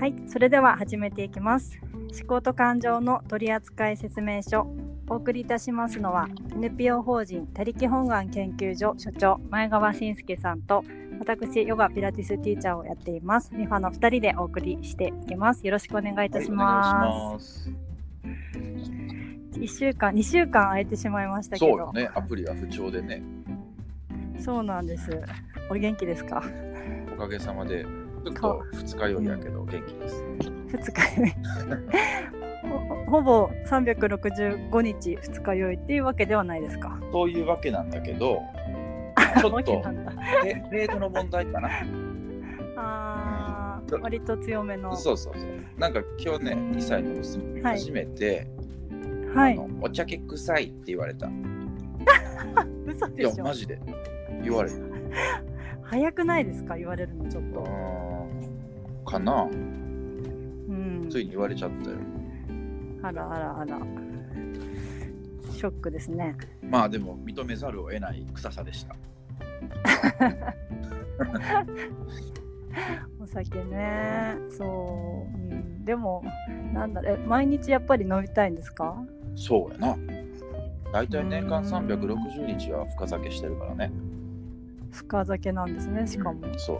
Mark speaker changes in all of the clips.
Speaker 1: はい、それでは始めていきます。思考と感情の取扱説明書。お送りいたしますのは NPO 法人他力本願研究所所長前川信介さんと私ヨガピラティスティーチャーをやっていますミファの二人でお送りしていきます。よろしくお願いいたしま
Speaker 2: ます。
Speaker 1: す。一週間、二週間空いてしまいましたけ
Speaker 2: そ
Speaker 1: ど
Speaker 2: うよ、ね、アプリが不調でね、
Speaker 1: そうなんです。お元気ですか？
Speaker 2: おかげさまで、ちょっと二日酔いやけど元気です。
Speaker 1: 二日酔い ほほぼ365日二日酔いっていうわけではないですか。
Speaker 2: そういうわけなんだけ ど、ちょっと
Speaker 1: なんだ。
Speaker 2: レレートの問題かな。
Speaker 1: あ
Speaker 2: う
Speaker 1: ー
Speaker 2: ん
Speaker 1: 割と強めの。
Speaker 2: そうそうそう。なんか今日ね、2歳の娘に
Speaker 1: はい
Speaker 2: 初めて、
Speaker 1: は
Speaker 2: あ
Speaker 1: い。
Speaker 2: のお茶け臭いって言われた。い
Speaker 1: 嘘で
Speaker 2: や
Speaker 1: し、ょ
Speaker 2: マ。ジで言われた。
Speaker 1: 早くないですか言われるのちょっと。
Speaker 2: かな
Speaker 1: うん。
Speaker 2: ついに言われちゃったよ。
Speaker 1: あらあらあら。ショックですね。
Speaker 2: まあでも認めざるを得ない臭さでした。
Speaker 1: お酒ね。そう。うん、でもなんだろうえ毎日やっぱり飲みたいんですか？
Speaker 2: そうやな。大体年間
Speaker 1: うん
Speaker 2: 360日は深酒してるからね。
Speaker 1: 深酒なんですね。しかも。
Speaker 2: うんそう。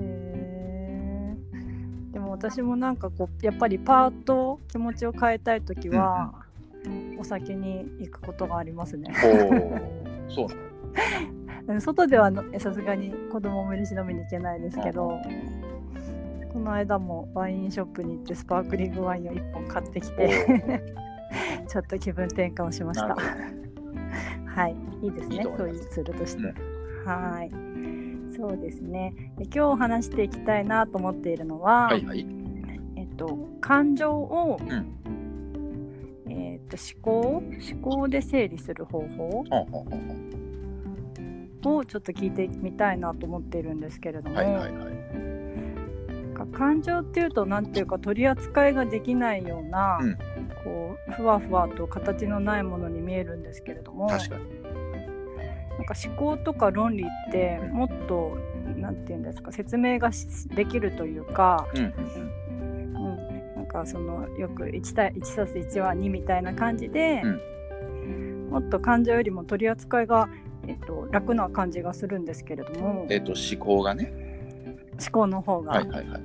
Speaker 1: へーでも私もなんかこうやっぱりパートを気持ちを変えたい時は、お酒に行くことがありますね。
Speaker 2: おお、 そうなの。
Speaker 1: うん外ではのさすがに子供もいるし飲みに行けないですけど、この間もワインショップに行ってスパークリングワインを1本買ってきてちょっと気分転換をしました。 はい、いいですね
Speaker 2: いいと思
Speaker 1: そ
Speaker 2: いうます
Speaker 1: いうツールとして。
Speaker 2: うん
Speaker 1: はいそうですねで今日話していきたいなと思っているのは、
Speaker 2: はいはい。
Speaker 1: えっと、感情を、
Speaker 2: ん
Speaker 1: えっと思考思考で整理する方法
Speaker 2: ほんほんほんほん
Speaker 1: をちょっと聞いてみたいなと思っているんですけれども、
Speaker 2: はいはいはい。
Speaker 1: なんか感情っていうと何ていうか取り扱いができないような、
Speaker 2: うん
Speaker 1: こうふわふわと形のないものに見えるんですけれども
Speaker 2: 確かに。
Speaker 1: なんか思考とか論理って
Speaker 2: うん
Speaker 1: もっと何て言うんですか説明がしできるというか、
Speaker 2: うんうん
Speaker 1: うん、なんかそのよく1対1たす1は2みたいな感じで、もっと感情よりも取り扱いが、えっと、楽な感じがするんですけれども
Speaker 2: うん。えっと思考がね。
Speaker 1: 思考の方が。
Speaker 2: はいはいはいはい。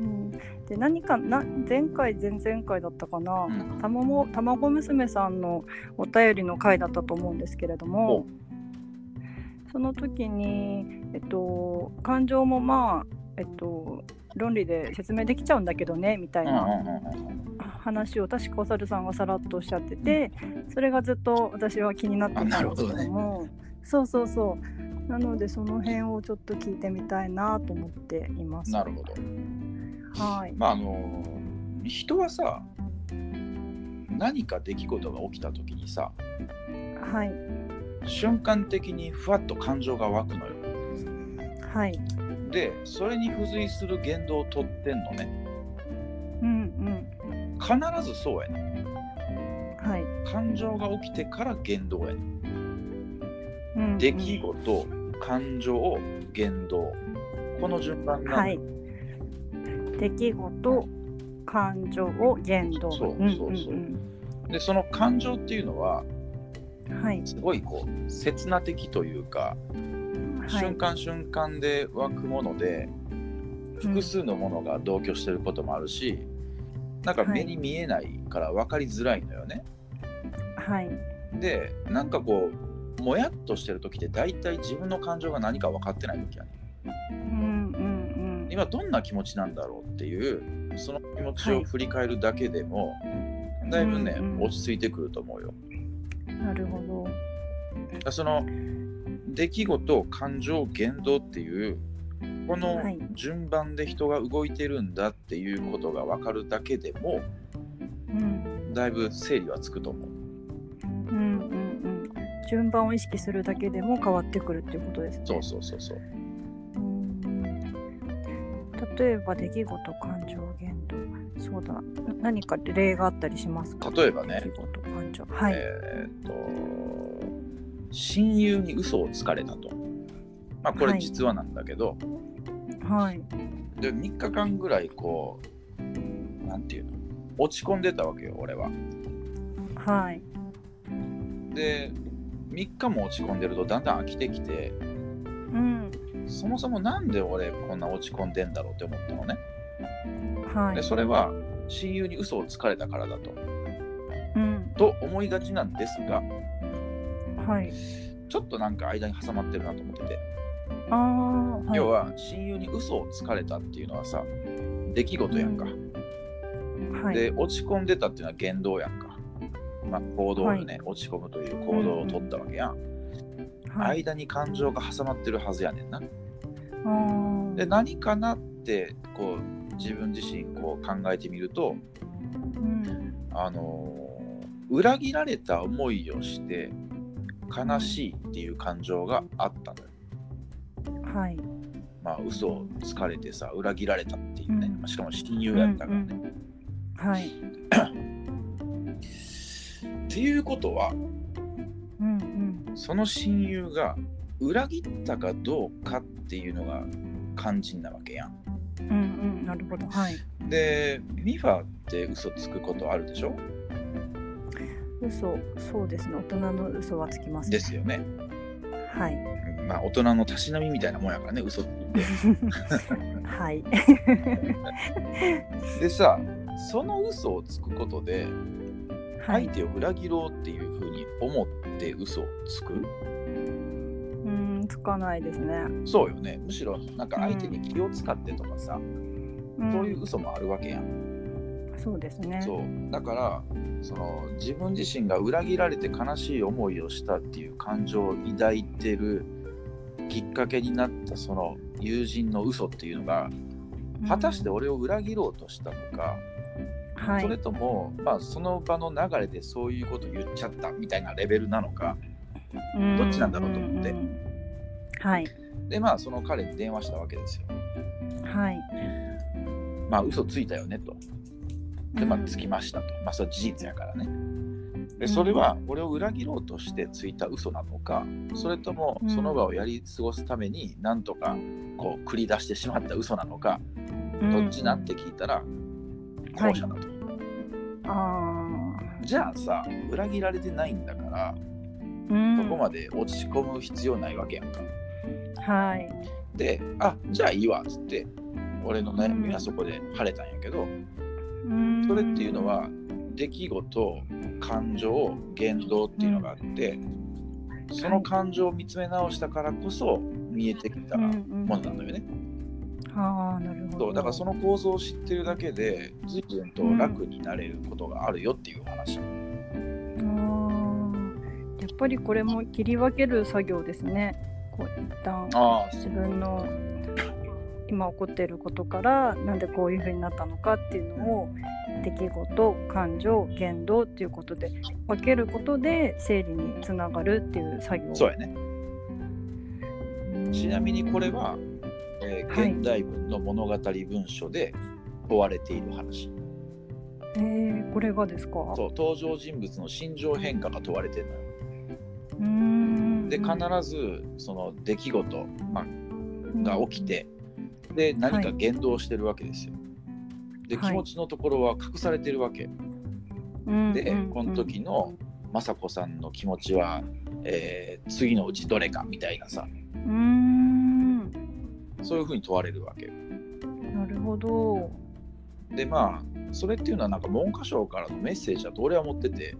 Speaker 1: うん、で何かな前回前々回だったかな、
Speaker 2: うん
Speaker 1: たまもたまご娘さんのお便りの回だったと思うんですけれども
Speaker 2: ほ
Speaker 1: その時に、えっと、感情もまあ、えっと、論理で説明できちゃうんだけどねみたい
Speaker 2: うんうん
Speaker 1: な
Speaker 2: うんうん。
Speaker 1: 話を確かお猿さんがさらっとおっしゃっててそれがずっと私は気になってたんですけどもそうそうそうなのでその辺をちょっと聞いてみたいなと思っています。
Speaker 2: なるほど。
Speaker 1: はい、
Speaker 2: まああのー人はさ、何か出来事が起きた時にさ、
Speaker 1: はい
Speaker 2: 瞬間的にふわっと感情が湧くのよ。
Speaker 1: はい
Speaker 2: で、それに付随する言動をとってんのね。
Speaker 1: うん
Speaker 2: 必ずそうやね。
Speaker 1: うんはい。
Speaker 2: 感情が起きてから言動やね。
Speaker 1: うんうん
Speaker 2: 出来事、感情、言動。この順番なのよ
Speaker 1: はい。出来事、感情を言動。
Speaker 2: そう
Speaker 1: うん
Speaker 2: そうそうんでその感情っていうのは
Speaker 1: うんはい
Speaker 2: すごいこう刹那的というか、
Speaker 1: は
Speaker 2: 瞬
Speaker 1: い。
Speaker 2: 間瞬間で湧くもので複数のものが同居してることもあるし、なんか
Speaker 1: はい
Speaker 2: 目に見えないから分かりづらいのよね。
Speaker 1: はい
Speaker 2: でなんかこうもやっとしてる時って大体自分の感情が何か分かってない時やね
Speaker 1: うんうん
Speaker 2: 今どんな気持ちなんだろうっていうその気持ち
Speaker 1: は
Speaker 2: を
Speaker 1: い
Speaker 2: 振り返るだけでも、だいぶね、
Speaker 1: うんうん
Speaker 2: 落ち着いてくると思うよ。
Speaker 1: うん。なるほど。
Speaker 2: だからその出来事感情言動っていうこの
Speaker 1: はい
Speaker 2: 順番で人が動いてるんだっていうことが分かるだけでも
Speaker 1: うん
Speaker 2: だいぶ整理はつくと思う
Speaker 1: うんうんうん。順番を意識するだけでも変わってくるっていうことですね。
Speaker 2: そうそうそうそう
Speaker 1: うん例えば出来事、感情、言動。そうだな。な何か例があったりしますか。
Speaker 2: 例えばね
Speaker 1: 出来事、感情。はい。
Speaker 2: えーっと親友に嘘をつかれたとまあこ
Speaker 1: は
Speaker 2: れ
Speaker 1: い
Speaker 2: 実話なんだけど、
Speaker 1: はい。
Speaker 2: で3日間ぐらいこうなんていうの落ち込んでたわけよ俺は
Speaker 1: はい。
Speaker 2: で3日も落ち込んでるとだんだん飽きてきて
Speaker 1: うん。
Speaker 2: そもそもなんで俺こんな落ち込んでんだろうって思ったのね
Speaker 1: は
Speaker 2: で
Speaker 1: い。
Speaker 2: それは親友に嘘をつかれたからだと
Speaker 1: うん。
Speaker 2: と思いがちなんですが
Speaker 1: はい。
Speaker 2: ちょっとなんか間に挟まってるなと思ってて、
Speaker 1: ああ。はい、
Speaker 2: 要は親友に嘘をつかれたっていうのはさ出来事やんか、
Speaker 1: はい。
Speaker 2: で落ち込んでたっていうのは言動やんか、まあ、行動よね、落ち込むという行動を取ったわけやん、
Speaker 1: はい。
Speaker 2: 間に感情が挟まってるはずやねんな
Speaker 1: あー
Speaker 2: で何かなってこう自分自身こう考えてみると
Speaker 1: うん。
Speaker 2: あのー裏切られた思いをして悲しいっていう感情があったのよ
Speaker 1: はい。
Speaker 2: まあ嘘をつかれてさ裏切られたっていうね、
Speaker 1: うん
Speaker 2: まあしかも親友やったからね、
Speaker 1: うんはい。
Speaker 2: っていうことは
Speaker 1: うん。うん。
Speaker 2: その親友が裏切ったかどうかっていうのが肝心なわけやん。
Speaker 1: うん。うん。なるほど。はい。
Speaker 2: でミファーって嘘つくことあるでしょ
Speaker 1: 嘘。そうですね。大人の嘘はつきます。
Speaker 2: ですよね。
Speaker 1: はい。
Speaker 2: うんまあ大人のたしなみみたいなもんやからね嘘って 言っ
Speaker 1: はい。
Speaker 2: て。でさその嘘をつくことで
Speaker 1: は
Speaker 2: 相
Speaker 1: い。
Speaker 2: 手を裏切ろうっていうふうに思って嘘をつく、
Speaker 1: うん。つかないですね。
Speaker 2: そうよねむしろなんか相手に気を使ってとかさ、
Speaker 1: ん
Speaker 2: そういう。嘘もあるわけやん。
Speaker 1: そうですね。
Speaker 2: そうだからその自分自身が裏切られて悲しい思いをしたっていう感情を抱いてるきっかけになったその友人の嘘っていうのが
Speaker 1: うん
Speaker 2: 果たして。俺を裏切ろうとしたのか、
Speaker 1: は
Speaker 2: それ
Speaker 1: い。
Speaker 2: とも、まあ、その場の流れでそういうこと言っちゃったみたいなレベルなのかどっちなんだろうと思って
Speaker 1: んんうんはい。
Speaker 2: でまあその彼に電話したわけですよ。
Speaker 1: はい。
Speaker 2: まあ嘘ついたよねと。でまあ
Speaker 1: うん
Speaker 2: つきましたと。まあそれは事実やからね。でそれは俺を裏切ろうとしてついた嘘なのかそれとも
Speaker 1: うん
Speaker 2: その場をやり過ごすためになんとかこう繰り出してしまった嘘なのかどっちなって聞いたら後者だと、
Speaker 1: うんあ
Speaker 2: じゃあさ裏切られてないんだから
Speaker 1: あ。うん
Speaker 2: そこまで落ち込む必要ないわけやんか
Speaker 1: はい。
Speaker 2: であじゃあいいわっつって俺の悩み
Speaker 1: う
Speaker 2: は
Speaker 1: ん
Speaker 2: そこで晴れたんやけど
Speaker 1: うん
Speaker 2: それっていうの。は出来事感情言動っていうのがあってその感情を見つめ直したからこそ見えてきた
Speaker 1: うん
Speaker 2: も
Speaker 1: うん
Speaker 2: のなんだよね。
Speaker 1: ああ、なるほ
Speaker 2: そ
Speaker 1: ど。
Speaker 2: うだからそ
Speaker 1: の。
Speaker 2: の構造を知ってるだけで随分と楽になれることがあるよっていう話。
Speaker 1: やっぱりこれも切り分ける作業ですね。こう一旦
Speaker 2: あ
Speaker 1: 自分の今起こっていることからなんでこういうふうになったのかっていうのを出来事感情言動っていうことで分けることで整理につながるっていう作業
Speaker 2: そうやね。ちなみにこれは、えー
Speaker 1: はい
Speaker 2: 現代文の物語文書で問われている話。
Speaker 1: えーこれがですか
Speaker 2: そう登場人物の心情変化が問われてるのよ。
Speaker 1: うーん
Speaker 2: で必ずその出来事、まあが起きて、で何か言動してるわけですよ。で
Speaker 1: はい
Speaker 2: 気持ちのところは隠されてるわけ、
Speaker 1: うん
Speaker 2: で、
Speaker 1: うん
Speaker 2: この時の雅子さんの気持ちは、えー次のうちどれかみたいなさ
Speaker 1: うーん
Speaker 2: そういうふうに問われるわけ。
Speaker 1: なるほど
Speaker 2: でまあそれっていうのはなんか文科省からのメッセージだと俺は思ってて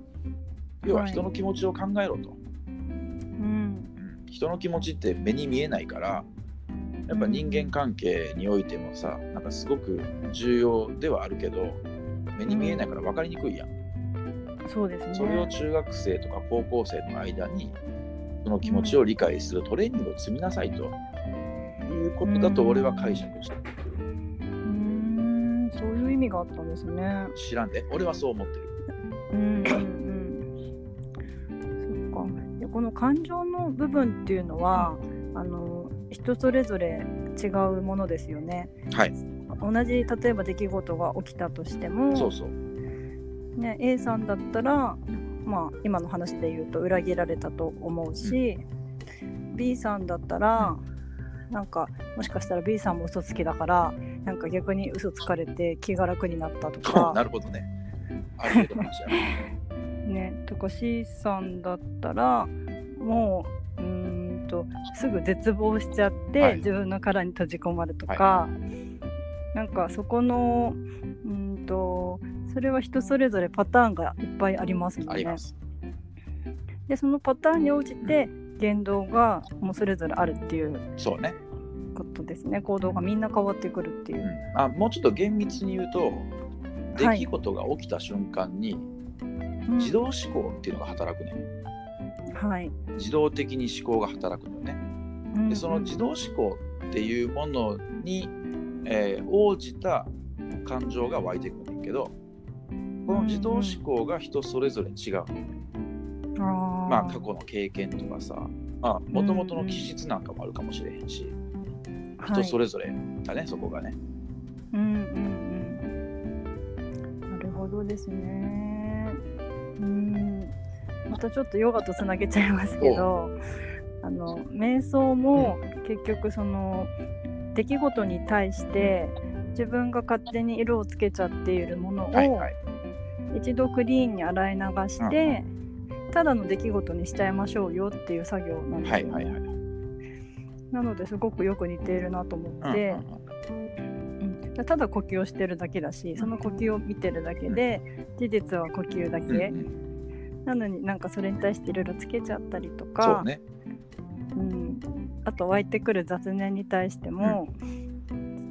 Speaker 2: 要は
Speaker 1: はい
Speaker 2: 人の気持ちを考えろと、
Speaker 1: うん
Speaker 2: うん人の気持ちって目に見えないからやっぱ人間関係においてもさなんかすごく重要ではあるけど目に見えないから分かりにくいやん。
Speaker 1: そうですね
Speaker 2: それを中学生とか高校生の間にその気持ちを理解するトレーニングを積みなさいということだと俺は解釈した。
Speaker 1: うーんそういう意味があったんですね
Speaker 2: 知らんで、俺はそう思ってる。
Speaker 1: うんうんうん、そっかでこの感情の部分っていうのはあの人それぞれ違うものですよね
Speaker 2: はい、
Speaker 1: 同じ例えば出来事が起きたとしても
Speaker 2: そうそう。
Speaker 1: ね、A さんだったら、まあ、今の話で言うと裏切られたと思うし、B さんだったら、なんかもしかしたら B さんも嘘つきだからなんか逆に嘘つかれて気が楽になったとか
Speaker 2: なるほどね。ある程度の話だ。
Speaker 1: ねとか C さんだったらもううーんとすぐ絶望しちゃって、
Speaker 2: はい
Speaker 1: 自分の殻に閉じ込まるとか、なんかそこのうーんとそれは人それぞれパターンがいっぱいありますも
Speaker 2: あ
Speaker 1: ん
Speaker 2: り
Speaker 1: ね
Speaker 2: ま。す。
Speaker 1: でそのパターンに応じて言動がもうそれぞれあるっていう
Speaker 2: そうね。
Speaker 1: ことですね行動がみんな変わってくるっていうう。
Speaker 2: ん、あもうちょっと厳密に言うと、
Speaker 1: は
Speaker 2: 出
Speaker 1: い
Speaker 2: 来事が起きた瞬間に
Speaker 1: うん
Speaker 2: 自動思考っていうのが働くね。
Speaker 1: はい、
Speaker 2: 自動的に思考が働くのよね。でその自動思考っていうものに、えー応じた感情が湧いてくるんだけどこの自動思考が人それぞれ違う、
Speaker 1: うんうん、
Speaker 2: まあ
Speaker 1: あ
Speaker 2: 過去の経験とかさもともとの気質なんかもあるかもしれへんし、
Speaker 1: 去
Speaker 2: 人それぞれだねそこがね
Speaker 1: うんうんうん。なるほどですね。うん。またちょっとヨガとつなげちゃいますけど、あの瞑想も結局その出来事に対して自分が勝手に色をつけちゃっているもの
Speaker 2: はい
Speaker 1: を
Speaker 2: はい
Speaker 1: 一度クリーンに洗い流して、ただの出来事にしちゃいましょうよっていう作業なんです
Speaker 2: は
Speaker 1: よ
Speaker 2: い
Speaker 1: ね。
Speaker 2: はいはい
Speaker 1: なのですごくよく似ているなと思って。
Speaker 2: うんうんうん
Speaker 1: うんただ呼吸をしてるだけだしその呼吸を見てるだけで事実は呼吸だけ、
Speaker 2: うんうん
Speaker 1: なのになんかそれに対していろいろつけちゃったりと
Speaker 2: そ
Speaker 1: か
Speaker 2: うね
Speaker 1: うん、あと湧いてくる雑念に対しても、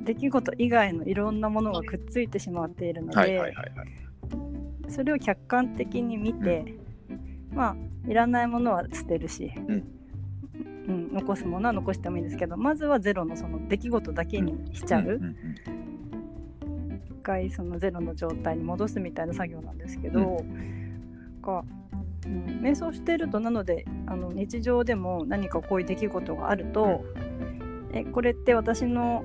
Speaker 1: 出来事以外のいろんなものがくっついてしまっているので、
Speaker 2: はいはいはいはい
Speaker 1: それを客観的に見て、まあいらないものは捨てるし。
Speaker 2: ん
Speaker 1: うん残すものは残してもいいんですけどまずはゼロのその出来事だけにしちゃう、
Speaker 2: んん
Speaker 1: 一回そのゼロの状態に戻すみたいな作業なんですけど、なんか、うん、瞑想してるとなのであの日常でも何かこういう出来事があると、えこれって私の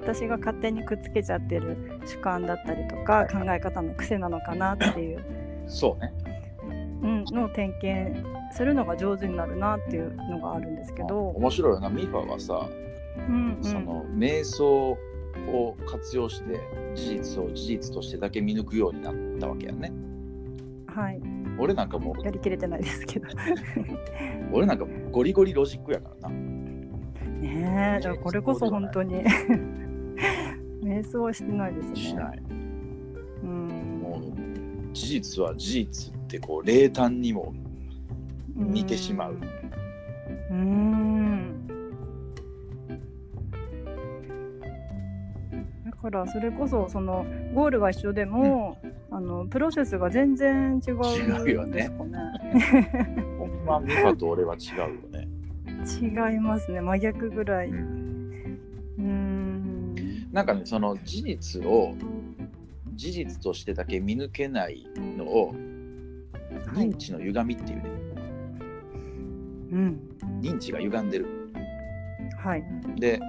Speaker 1: 私が勝手にくっつけちゃってる主観だったりとか考え方の癖なのかなっていう、
Speaker 2: うんそうね
Speaker 1: うん、のを点検するのが上手になるなっていうのがあるんですけど、
Speaker 2: 面白いよなミファはさ
Speaker 1: うんうん、
Speaker 2: その瞑想を活用して事実を事実としてだけ見抜くようになったわけやね。
Speaker 1: はい
Speaker 2: 俺なんかもう
Speaker 1: やりきれてないです けど
Speaker 2: 俺なんかゴリゴリロジックやからな。
Speaker 1: ねえじゃあこれこそ本当 に瞑想はしてないですね。
Speaker 2: しない。
Speaker 1: うん
Speaker 2: もう事実は事実ってこう冷淡にも似てしまう。
Speaker 1: うんだからそれこそそのゴールは一緒でも、あのプロセスが全然違うん
Speaker 2: 違うよね
Speaker 1: ですかね。
Speaker 2: ほん まミファと俺は違うよね。
Speaker 1: 違いますね真逆ぐらい。
Speaker 2: う
Speaker 1: うんーん
Speaker 2: なんかねその事実を事実としてだけ見抜けないのを
Speaker 1: はい
Speaker 2: 認知の歪みっていうね、
Speaker 1: うん
Speaker 2: 認知が歪んでる。
Speaker 1: はい。
Speaker 2: で、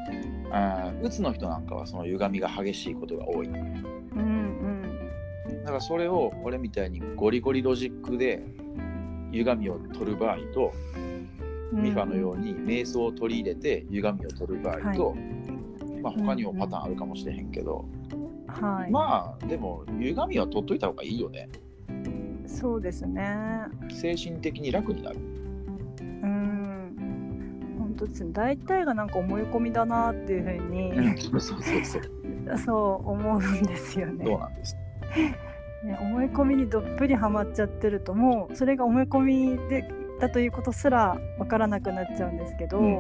Speaker 2: あーうつの人なんかはその歪みが激しいことが多い。だ
Speaker 1: うんうん
Speaker 2: からそれを俺みたいにゴリゴリロジックで歪みを取る場合と、
Speaker 1: うん
Speaker 2: ミファのように瞑想を取り入れて歪みを取る場合と、まあ他にもパターンあるかもしれへんけど、
Speaker 1: はい、
Speaker 2: まあでも歪みは取っといた方がいいよね。
Speaker 1: そうですね。
Speaker 2: 精神的に楽になる。
Speaker 1: うん本当ですね大体がなんか思い込みだなっていうふうに、
Speaker 2: そうそうそう。
Speaker 1: そう思うんですよ
Speaker 2: どう
Speaker 1: ね
Speaker 2: なんです。
Speaker 1: ね思い込みにどっぷりはまっちゃってるともうそれが思い込みでだということすらわからなくなっちゃうんですけど、
Speaker 2: う
Speaker 1: い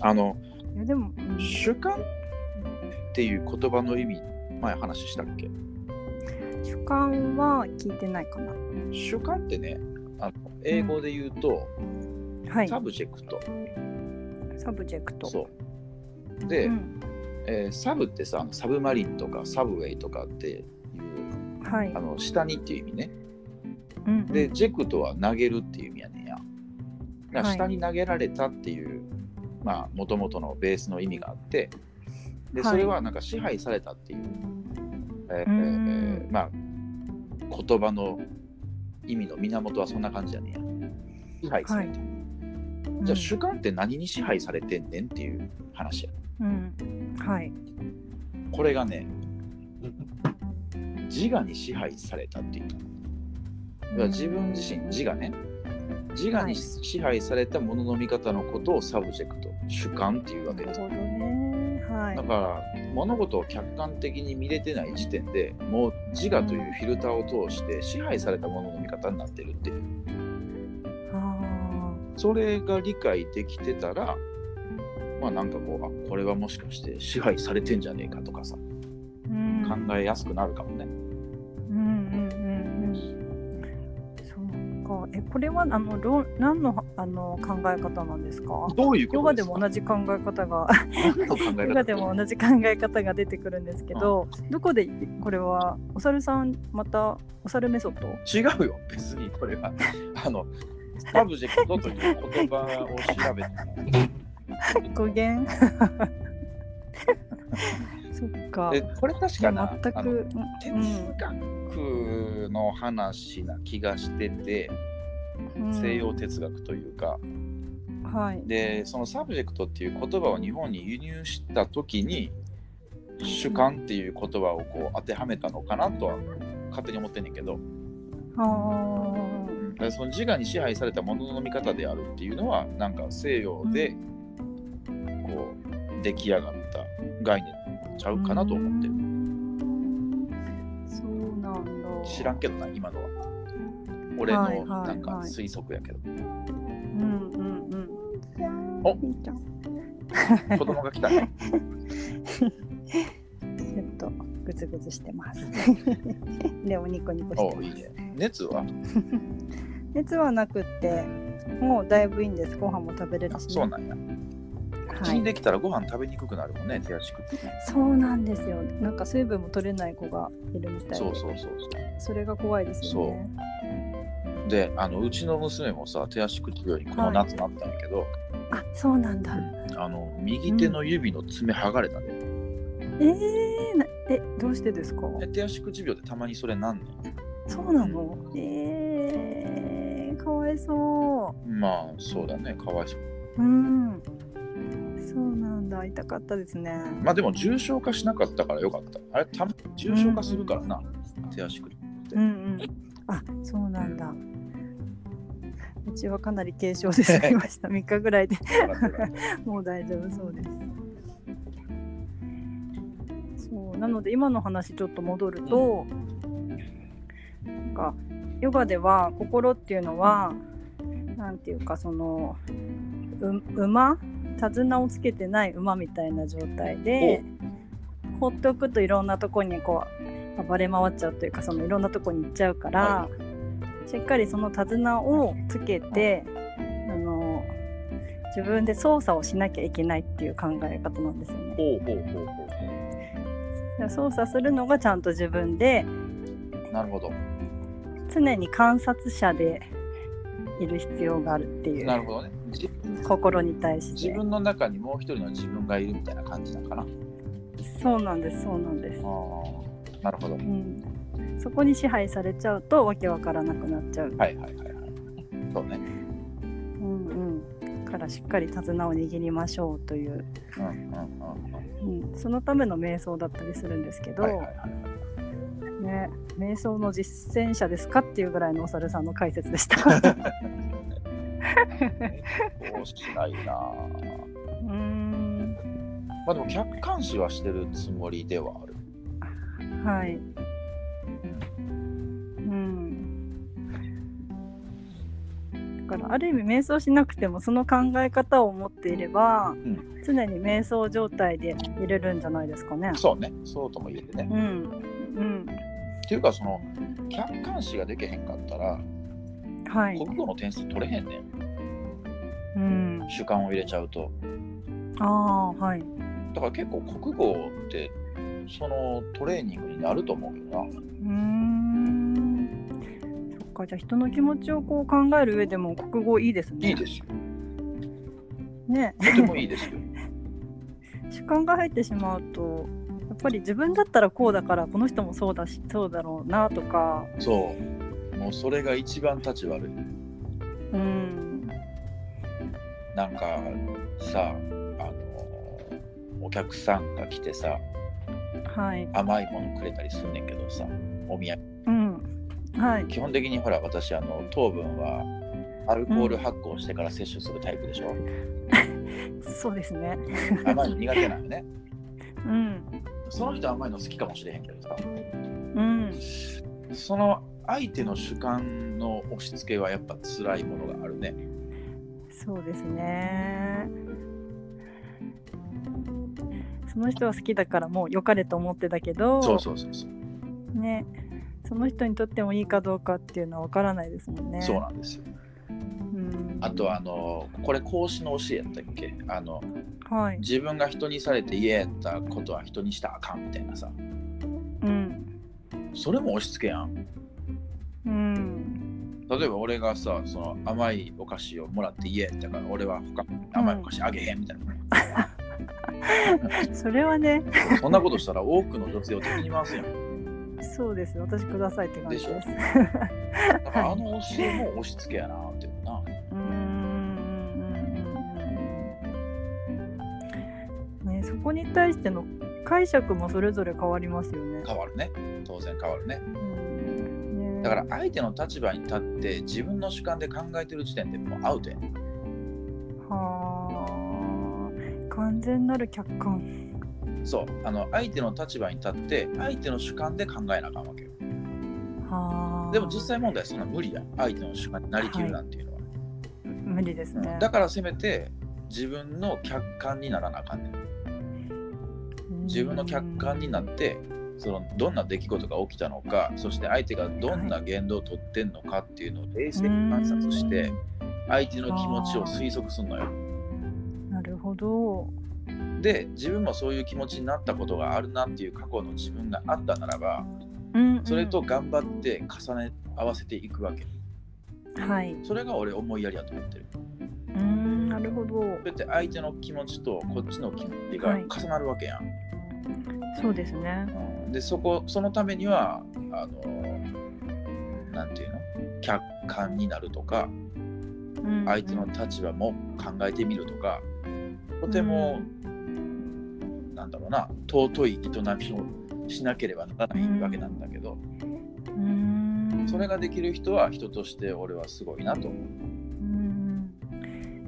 Speaker 2: あの
Speaker 1: やでも、うん
Speaker 2: 主観っていう言葉の意味前話したっけ？
Speaker 1: 主観は聞いてないかな
Speaker 2: 主観ってね、あの英語で言うと、
Speaker 1: はい
Speaker 2: サブジェクト。
Speaker 1: サブジェクト
Speaker 2: そう。で、
Speaker 1: うん
Speaker 2: えーサブってさ、サブマリンとかサブウェイとかっていう
Speaker 1: はい
Speaker 2: あの下にっていう意味ね。
Speaker 1: うんうん
Speaker 2: で、ジェクトは投げるっていう意味やねんや。だから
Speaker 1: はい
Speaker 2: 下に投げられたっていう、まあ、もともとのベースの意味があって、で、
Speaker 1: はい
Speaker 2: それはなんか支配されたっていう、えー
Speaker 1: うーん
Speaker 2: えーまあ、言葉の意味の源はそんな感じやねんや。支配された。
Speaker 1: うん
Speaker 2: じゃあ主観って何に支配されてんねんっていう話や
Speaker 1: うんはい
Speaker 2: これがね自我に支配されたっていう要は自分自身自我ね自我
Speaker 1: はい
Speaker 2: に支配されたものの見方のことをサブジェクト主観っていうわけ
Speaker 1: なる
Speaker 2: です
Speaker 1: ほどねはい
Speaker 2: だから物事を客観的に見れてない時点でもう自我というフィルターを通して支配されたものの見方になってるっていう
Speaker 1: あ
Speaker 2: それが理解できてたらまあなんかこうあこれはもしかして支配されてんじゃねえかとかさ
Speaker 1: ーうん
Speaker 2: 考えやすくなるかもね。
Speaker 1: うんうんうんうんそうかえこれはあのろ何のあの考え方なんですか
Speaker 2: どういうこ
Speaker 1: ヨ
Speaker 2: と
Speaker 1: ガ
Speaker 2: で
Speaker 1: です
Speaker 2: か
Speaker 1: も同じ考え方が
Speaker 2: 何の考え方
Speaker 1: ヨガでも同じ考え方が出てくるんですけど、どこでこれはお猿さんまたお猿メソッド
Speaker 2: 違うよ別にこれ はあのサブジェクトという言葉を調べて
Speaker 1: 語 源そっか
Speaker 2: でこれ確かな
Speaker 1: 全
Speaker 2: あの
Speaker 1: く
Speaker 2: 哲学の話な気がしてて、
Speaker 1: うんうん
Speaker 2: 西洋哲学というか
Speaker 1: はい
Speaker 2: でそのサブジェクトっていう言葉を日本に輸入した時に主観っていう言葉をこう当てはめたのかなとは勝手に思ってんねんけど、
Speaker 1: あー
Speaker 2: だからその自我に支配されたものの見方であるっていうのはなんか西洋でこう出来上がった概念ちゃうかなと思ってる、
Speaker 1: うんそうなんだ
Speaker 2: 知らんけどな今のは俺の
Speaker 1: はいはいはい
Speaker 2: なんか推測やけど、
Speaker 1: うんうんうん
Speaker 2: お
Speaker 1: みーちゃん
Speaker 2: 子供が来 たね
Speaker 1: ちょっとグツグツして ます。でもニコニコし
Speaker 2: お
Speaker 1: て
Speaker 2: ういい
Speaker 1: ます。
Speaker 2: ね熱は
Speaker 1: 熱はなくって、もうだいぶいいんです。ご飯も食べれ
Speaker 2: あ
Speaker 1: るし、
Speaker 2: そうなんや
Speaker 1: は
Speaker 2: 口に
Speaker 1: い。
Speaker 2: できたらご飯食べにくくなるもんね手足くて
Speaker 1: そうなんですよ。なんか水分も取れない子がいるみたいで、
Speaker 2: そうそうそうそ
Speaker 1: それが怖いですよね。
Speaker 2: うであのうちの娘もさ手足口病にこの夏なったんやけど、
Speaker 1: あ、そうなんだ。
Speaker 2: あの右手の指の爪剥がれたね、
Speaker 1: えー、なえ、どうしてですか。
Speaker 2: で手足口病ってたまにそれなんねん
Speaker 1: そうなの。えー、かわいそ
Speaker 2: まあそうだねかわいそう
Speaker 1: う。うん。そうなんだ。痛かったですね。
Speaker 2: まあでも重症化しなかったからよかったあれたま重症化するからな、手足首
Speaker 1: うんうん。あ、そうなんだ。うちはかなり軽症で済みました。3日ぐらいで もう大丈夫そうです。そうなので今の話ちょっと戻ると、なんかヨガでは心っていうのはなんていうかそのう馬手綱をつけてない馬みたいな状態で放っておくといろんなとこにこう暴れ回っちゃうというかそのいろんなとこに行っちゃうから、
Speaker 2: は
Speaker 1: しっかりその手綱をつけて、あの自分で操作をしなきゃいけないっていう考え方なんですよね。
Speaker 2: ほうほうほう
Speaker 1: だ
Speaker 2: ほ
Speaker 1: から操作するのがちゃんと自分で
Speaker 2: うなるほど
Speaker 1: 常に観察者でいる必要があるってい
Speaker 2: なる
Speaker 1: う
Speaker 2: ほどねじ
Speaker 1: 心に対し
Speaker 2: 自
Speaker 1: て
Speaker 2: 分の中にもう一人の自分がいるみたいな感じなのかなあ
Speaker 1: そうなんですそうなんです、
Speaker 2: ーなるほど
Speaker 1: うん、そこに支配されちゃうとわけわからなくなっちゃう、
Speaker 2: はいはいはいはいそうね
Speaker 1: うんうん、からしっかり手綱を握りましょうという、
Speaker 2: うんうんうんうん
Speaker 1: うん、そのための瞑想だったりするんですけど、
Speaker 2: はいはいはい
Speaker 1: ね、瞑想の実践者ですかっていうぐらいのお猿さんの解説で した。
Speaker 2: こうしないなあ
Speaker 1: うーん
Speaker 2: まあでも客観視はしてるつもりではある
Speaker 1: はい。うん。だからある意味瞑想しなくてもその考え方を持っていれば、
Speaker 2: ん
Speaker 1: 常に瞑想状態でいれるんじゃないですかね。
Speaker 2: そうねそうとも言えてね
Speaker 1: うん。うん。
Speaker 2: っていうかその客観視ができへんかったら
Speaker 1: はい。
Speaker 2: 国語の点数取れへんねん
Speaker 1: うん。
Speaker 2: 主観を入れちゃうと
Speaker 1: ああはい。
Speaker 2: だから結構国語ってそのトレーニングになると思うけど
Speaker 1: う
Speaker 2: な
Speaker 1: ーん。そっかじゃあ人の気持ちをこう考える上でも国語いいですね。
Speaker 2: いいですよ
Speaker 1: ね。
Speaker 2: とてもいいですよ
Speaker 1: 主観が入ってしまうとやっぱり自分だったらこうだからこの人もそうだしそうだろうなとか
Speaker 2: そうもうそれが一番立ち悪い
Speaker 1: うん
Speaker 2: なんかさあのお客さんが来てさ
Speaker 1: はい。
Speaker 2: 甘いものくれたりすんねんけどさお土産
Speaker 1: うん。はい。
Speaker 2: 基本的にほら私あの糖分はアルコール発酵してから摂取するタイプでしょ、
Speaker 1: そうですね。
Speaker 2: 甘いの苦手なのね
Speaker 1: うん。
Speaker 2: その人は甘いの好きかもしれへんけどさ
Speaker 1: うん。
Speaker 2: その相手の主観の押し付けはやっぱ辛いものがあるね
Speaker 1: そうですね。その人は好きだからもう良かれと思ってたけど、
Speaker 2: そうそうそうそう、
Speaker 1: ね。その人にとってもいいかどうかっていうのは分からないですもんね。
Speaker 2: そうなんですよ
Speaker 1: うん、
Speaker 2: あとあのこれ孔子の教えやったっけあの
Speaker 1: はい。
Speaker 2: 自分が人にされて嫌やったことは人にしたらあかんみたいなさ
Speaker 1: うん。
Speaker 2: それも押し付けやん
Speaker 1: うん。
Speaker 2: 例えば俺がさその甘いお菓子をもらって嫌やったから俺は他に甘いお菓子あげへんみたいな、
Speaker 1: それはね、
Speaker 2: そんなことしたら多くの女性を敵に回すやん
Speaker 1: そうです。私くださいって感じです。
Speaker 2: だからあの教えも押し付けやなって思うな
Speaker 1: うーんね、そこに対しての解釈もそれぞれ変わりますよね。
Speaker 2: 変わるね当然変わるね
Speaker 1: うんね
Speaker 2: だから相手の立場に立って自分の主観で考えてる時点でもうアウトやん
Speaker 1: はあ完全なる客観。
Speaker 2: そうあの相手の立場に立って相手の主観で考えなあかんわけよ
Speaker 1: はあ
Speaker 2: でも実際問題はそんな無理やん相手の主観になりきるなんていうのは、
Speaker 1: 無理ですね。
Speaker 2: だからせめて自分の客観にならなあかんねん
Speaker 1: うん
Speaker 2: 自分の客観になってそのどんな出来事が起きたのかそして相手がどんな言動をとってんのかっていうのを冷静に観察して相手の気持ちを推測するのよ
Speaker 1: なるほど。
Speaker 2: で自分もそういう気持ちになったことがあるなっていう過去の自分があったならば
Speaker 1: うんうん
Speaker 2: それと頑張って重ね合わせていくわけ
Speaker 1: はい。
Speaker 2: それが俺思いやりやと思ってる
Speaker 1: うんなるほど。
Speaker 2: そうやって相手の気持ちとこっちの気持ちが重なるわけやん、
Speaker 1: そうですね。
Speaker 2: うんでそこそのためにはあのなんていうの客観になるとか
Speaker 1: うん
Speaker 2: 相手の立場も考えてみるとかとても、なんだろうな尊い営みをしなければならないわけなんだけど、
Speaker 1: うん
Speaker 2: それができる人は人として俺はすごいなと思う。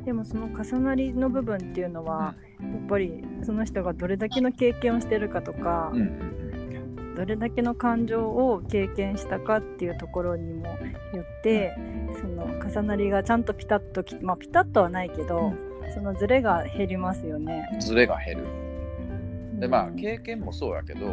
Speaker 1: でもその重なりの部分っていうのは、やっぱりその人がどれだけの経験をしてるかとか、
Speaker 2: うんうん
Speaker 1: どれだけの感情を経験したかっていうところにもよってその重なりがちゃんとピタッときまあピタッとはないけど、そのズレが減りますよね。
Speaker 2: うん、ズレが減る。でまあ
Speaker 1: うん
Speaker 2: 経験もそうやけど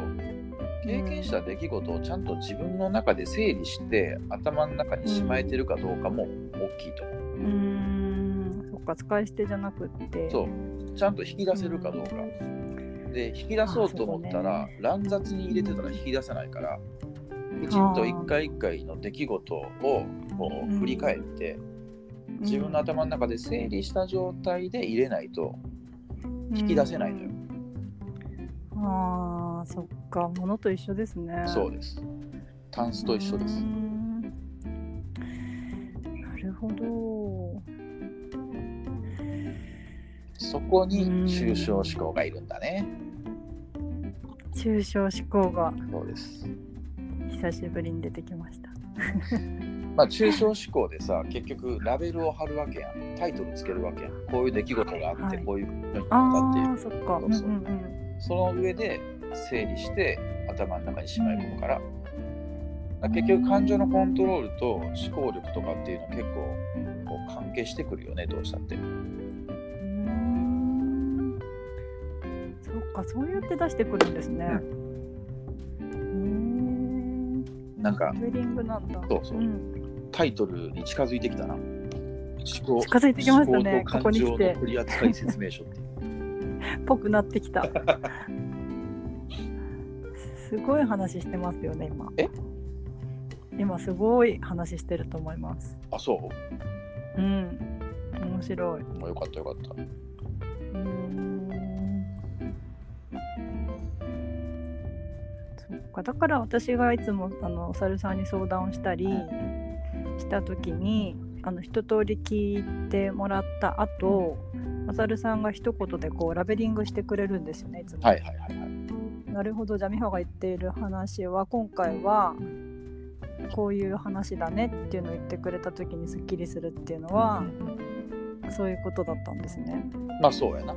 Speaker 2: 経験した出来事をちゃんと自分の中で整理して頭の中にしまえてるかどうかも大きいと思う。
Speaker 1: うんそっか使い捨てじゃなくって
Speaker 2: そうちゃんと引き出せるかどうか。で引き出そうと思ったら、乱雑に入れてたら引き出せないからきちんと一回一回の出来事をこう振り返って自分の頭の中で整理した状態で入れないと引き出せないのよ。
Speaker 1: うんあーそっか物と一緒ですね。
Speaker 2: そうです。タンスと一緒です
Speaker 1: うー。んなるほど。
Speaker 2: そこに抽象思考がいるんだね。
Speaker 1: 抽象思考が
Speaker 2: そうです。
Speaker 1: 久しぶりに出てきました。
Speaker 2: まあ、抽象思考 でさ、結局ラベルを貼るわけやん。タイトルつけるわけやん。こういう出来事があって、
Speaker 1: はい
Speaker 2: こういうことに
Speaker 1: あ
Speaker 2: なったっていう。
Speaker 1: あ、そっか。
Speaker 2: そうそう
Speaker 1: うんうん
Speaker 2: その上で整理して頭の中にしまい込むから。だから結局感情のコントロールと思考力とかっていうのは結構こう関係してくるよね、どうしたって。
Speaker 1: うん。うーんそっか、そうやって出してくるんですね。へえ。
Speaker 2: なんか
Speaker 1: フィーリングなんだ。
Speaker 2: そうそうんタイトルに近づいてきたな。思考
Speaker 1: 近づいてきましたね。
Speaker 2: 思考
Speaker 1: ことこ
Speaker 2: 感
Speaker 1: に
Speaker 2: 情
Speaker 1: 来
Speaker 2: の
Speaker 1: て、
Speaker 2: 取扱い説明 書っていう。
Speaker 1: ぽくなってき た。すごい話してますよね、今。
Speaker 2: え
Speaker 1: 今すごい話してると思います。
Speaker 2: あ、そ
Speaker 1: う
Speaker 2: う
Speaker 1: ん。面白い。う
Speaker 2: もうよかったよかった。
Speaker 1: ーん。そっか。だから私がいつもあのお猿さんに相談をしたりした時に、あの一通り聞いてもらった後、マサルさんが一言でこうラベリングしてくれるんですよねいつも。
Speaker 2: はいはいはいはい。
Speaker 1: なるほどじゃあ美穂が言っている話は今回はこういう話だねっていうのを言ってくれた時にすっきりするっていうのはそういうことだったんですね。
Speaker 2: まあそうやな。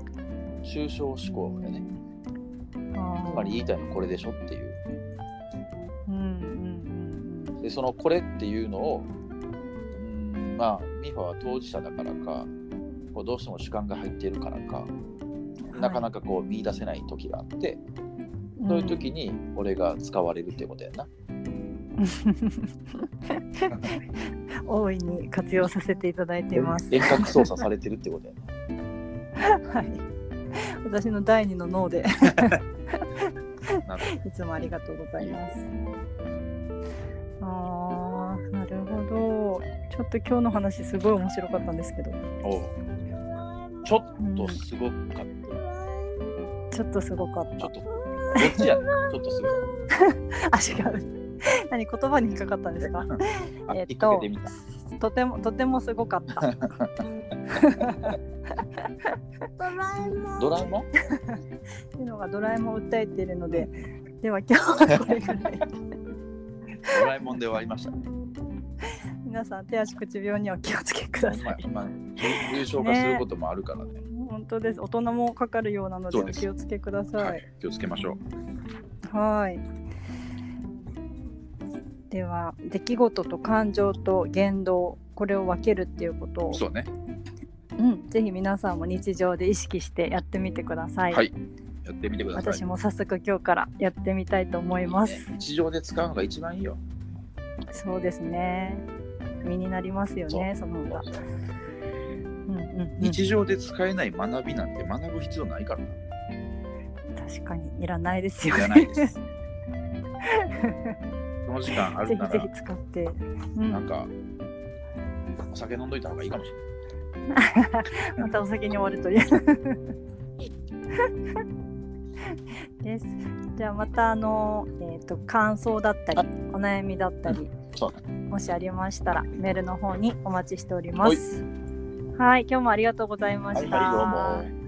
Speaker 2: 抽象思考やね。
Speaker 1: あ
Speaker 2: つまり言いたいのはこれでしょっていう。
Speaker 1: うんうん
Speaker 2: でそのこれっていうのをうんまあミファは当事者だからかこうどうしても主観が入っているからか
Speaker 1: うんうん、
Speaker 2: なかな
Speaker 1: か、
Speaker 2: かこう見出せない時があって、そういう時に俺が使われるってことやな。
Speaker 1: うん 大いに活用させていただいています。
Speaker 2: 遠隔操作されてるってことや な。
Speaker 1: はい、私の第二の脳で
Speaker 2: なる
Speaker 1: いつもありがとうございます。あーなるほどちょっと今日の話すごい面白かったんですけど、
Speaker 2: おうちょっ
Speaker 1: うん
Speaker 2: とすごかった。
Speaker 1: ちょっとすごかっ
Speaker 2: ちょ
Speaker 1: た
Speaker 2: っとどっちやねんちょっとすごい。
Speaker 1: あ違う何言葉に引っかかったんですか
Speaker 2: あ、
Speaker 1: えっと
Speaker 2: 引っ掛けてみた。
Speaker 1: とてもとてもすごか った
Speaker 2: ドラえもん
Speaker 1: っていうのがドラえもんを訴えているのででは今日はこれぐらい
Speaker 2: ドラえもんで終わり ましたね。
Speaker 1: 皆さん手足口病にはお気をつけください
Speaker 2: 今、今重症化することもあるからね。
Speaker 1: 本当です大人もかかるようなので
Speaker 2: そう
Speaker 1: お
Speaker 2: です
Speaker 1: 気をつけくださ
Speaker 2: はいい、気をつけましょう。
Speaker 1: はいでは出来事と感情と言動これを分けるっていうことを
Speaker 2: そうね。
Speaker 1: うん、ぜひ皆さんも日常で意識してやってみてください、
Speaker 2: はい。やってみてください。
Speaker 1: 私も早速今日からやってみたいと思います
Speaker 2: いいね日常で使うのが一番いいよ。
Speaker 1: そうですね身になりますよねその方が、うんうんうん、
Speaker 2: 日常で使えない学びなんて学ぶ必要ないからな。
Speaker 1: 確かにいらないです
Speaker 2: い
Speaker 1: よね
Speaker 2: らない です。この時間ある
Speaker 1: ぜ
Speaker 2: な
Speaker 1: ひぜ
Speaker 2: ら
Speaker 1: ひ、使って、うん
Speaker 2: なんか、お酒飲んどいた方がいいかもしれない。
Speaker 1: またお酒に終わるという ですじゃあまたあの、えー、と感想だったり
Speaker 2: あ
Speaker 1: お悩みだったり
Speaker 2: そうだね。
Speaker 1: もしありましたらメールの方にお待ちしておりますはい今日もありがとうございま
Speaker 2: は
Speaker 1: し
Speaker 2: い、
Speaker 1: た、
Speaker 2: はい、どうも。